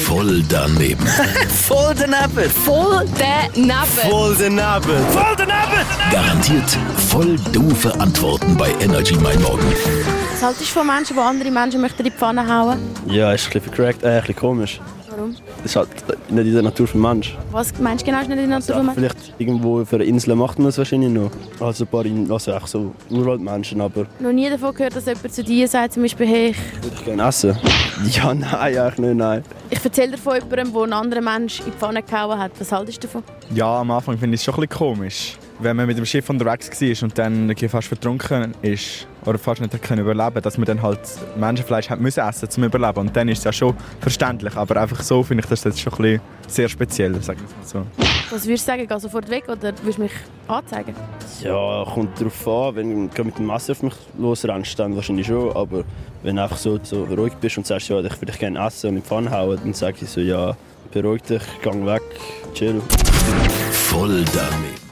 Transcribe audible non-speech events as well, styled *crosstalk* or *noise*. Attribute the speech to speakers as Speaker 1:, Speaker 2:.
Speaker 1: Voll daneben.
Speaker 2: Voll daneben.
Speaker 3: Voll daneben.
Speaker 4: Voll daneben.
Speaker 2: Voll daneben.
Speaker 1: Garantiert voll doofe Antworten bei Energy Mein Morgen.
Speaker 5: Was haltest du Halt von Menschen, die andere Menschen möchten in die Pfanne hauen?
Speaker 4: Ja, ist ein bisschen vercrackt, äh, ein bisschen komisch.
Speaker 5: Warum?
Speaker 4: Das ist halt nicht in der Natur des Menschen.
Speaker 5: Was meinst du genau, ist nicht in der Natur? Ja,
Speaker 4: Vielleicht irgendwo für eine Insel macht man das wahrscheinlich noch. Also ein paar, In- also auch so Urwaldmenschen, aber
Speaker 5: Noch nie davon gehört, dass jemand zu dir sagt, zum Beispiel, hey, ich-
Speaker 4: würde ich gerne essen. *laughs* Ja, nein, eigentlich nicht, nein.
Speaker 5: ich erzähle dir von jemandem, der einen anderen Menschen in die Pfanne gehauen hat. Was haltest du davon?
Speaker 6: Ja, am Anfang finde ich es schon ein bisschen komisch. Wenn man mit dem Schiff unterwegs war und dann irgendwie fast vertrunken ist oder fast nicht hat können überleben dass man dann halt Menschenfleisch hat müssen essen zum Überleben. Und dann ist es ja schon verständlich. Aber einfach so finde ich das jetzt schon ein bisschen sehr speziell, sagen wir es mal so.
Speaker 5: Was würdest du sagen? Geh sofort weg oder würdest du mich anzeigen?
Speaker 4: Ja, kommt darauf an, wenn du mit dem Messer auf mich losrennst, dann wahrscheinlich schon. Aber wenn du einfach so, so ruhig bist und sagst, ja, ich würde dich gerne essen und in die Pfanne hauen, dann sage ich so, ja, beruhig dich, geh weg, chill.
Speaker 1: Voll daneben.